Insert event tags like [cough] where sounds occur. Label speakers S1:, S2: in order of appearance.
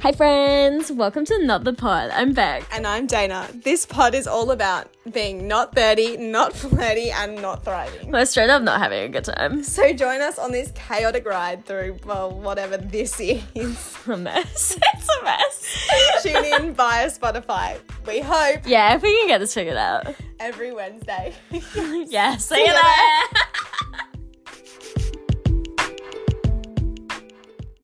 S1: Hi, friends. Welcome to Not the Pod. I'm back.
S2: And I'm Dana. This pod is all about being not 30, not flirty, and not thriving.
S1: We're straight up not having a good time.
S2: So join us on this chaotic ride through, well, whatever this is. [laughs]
S1: It's a mess. [laughs] It's a [laughs] mess.
S2: Tune in via Spotify. We hope
S1: Yeah, if we can get this figured out.
S2: every Wednesday. [laughs]
S1: Yeah, see, you
S2: you
S1: there.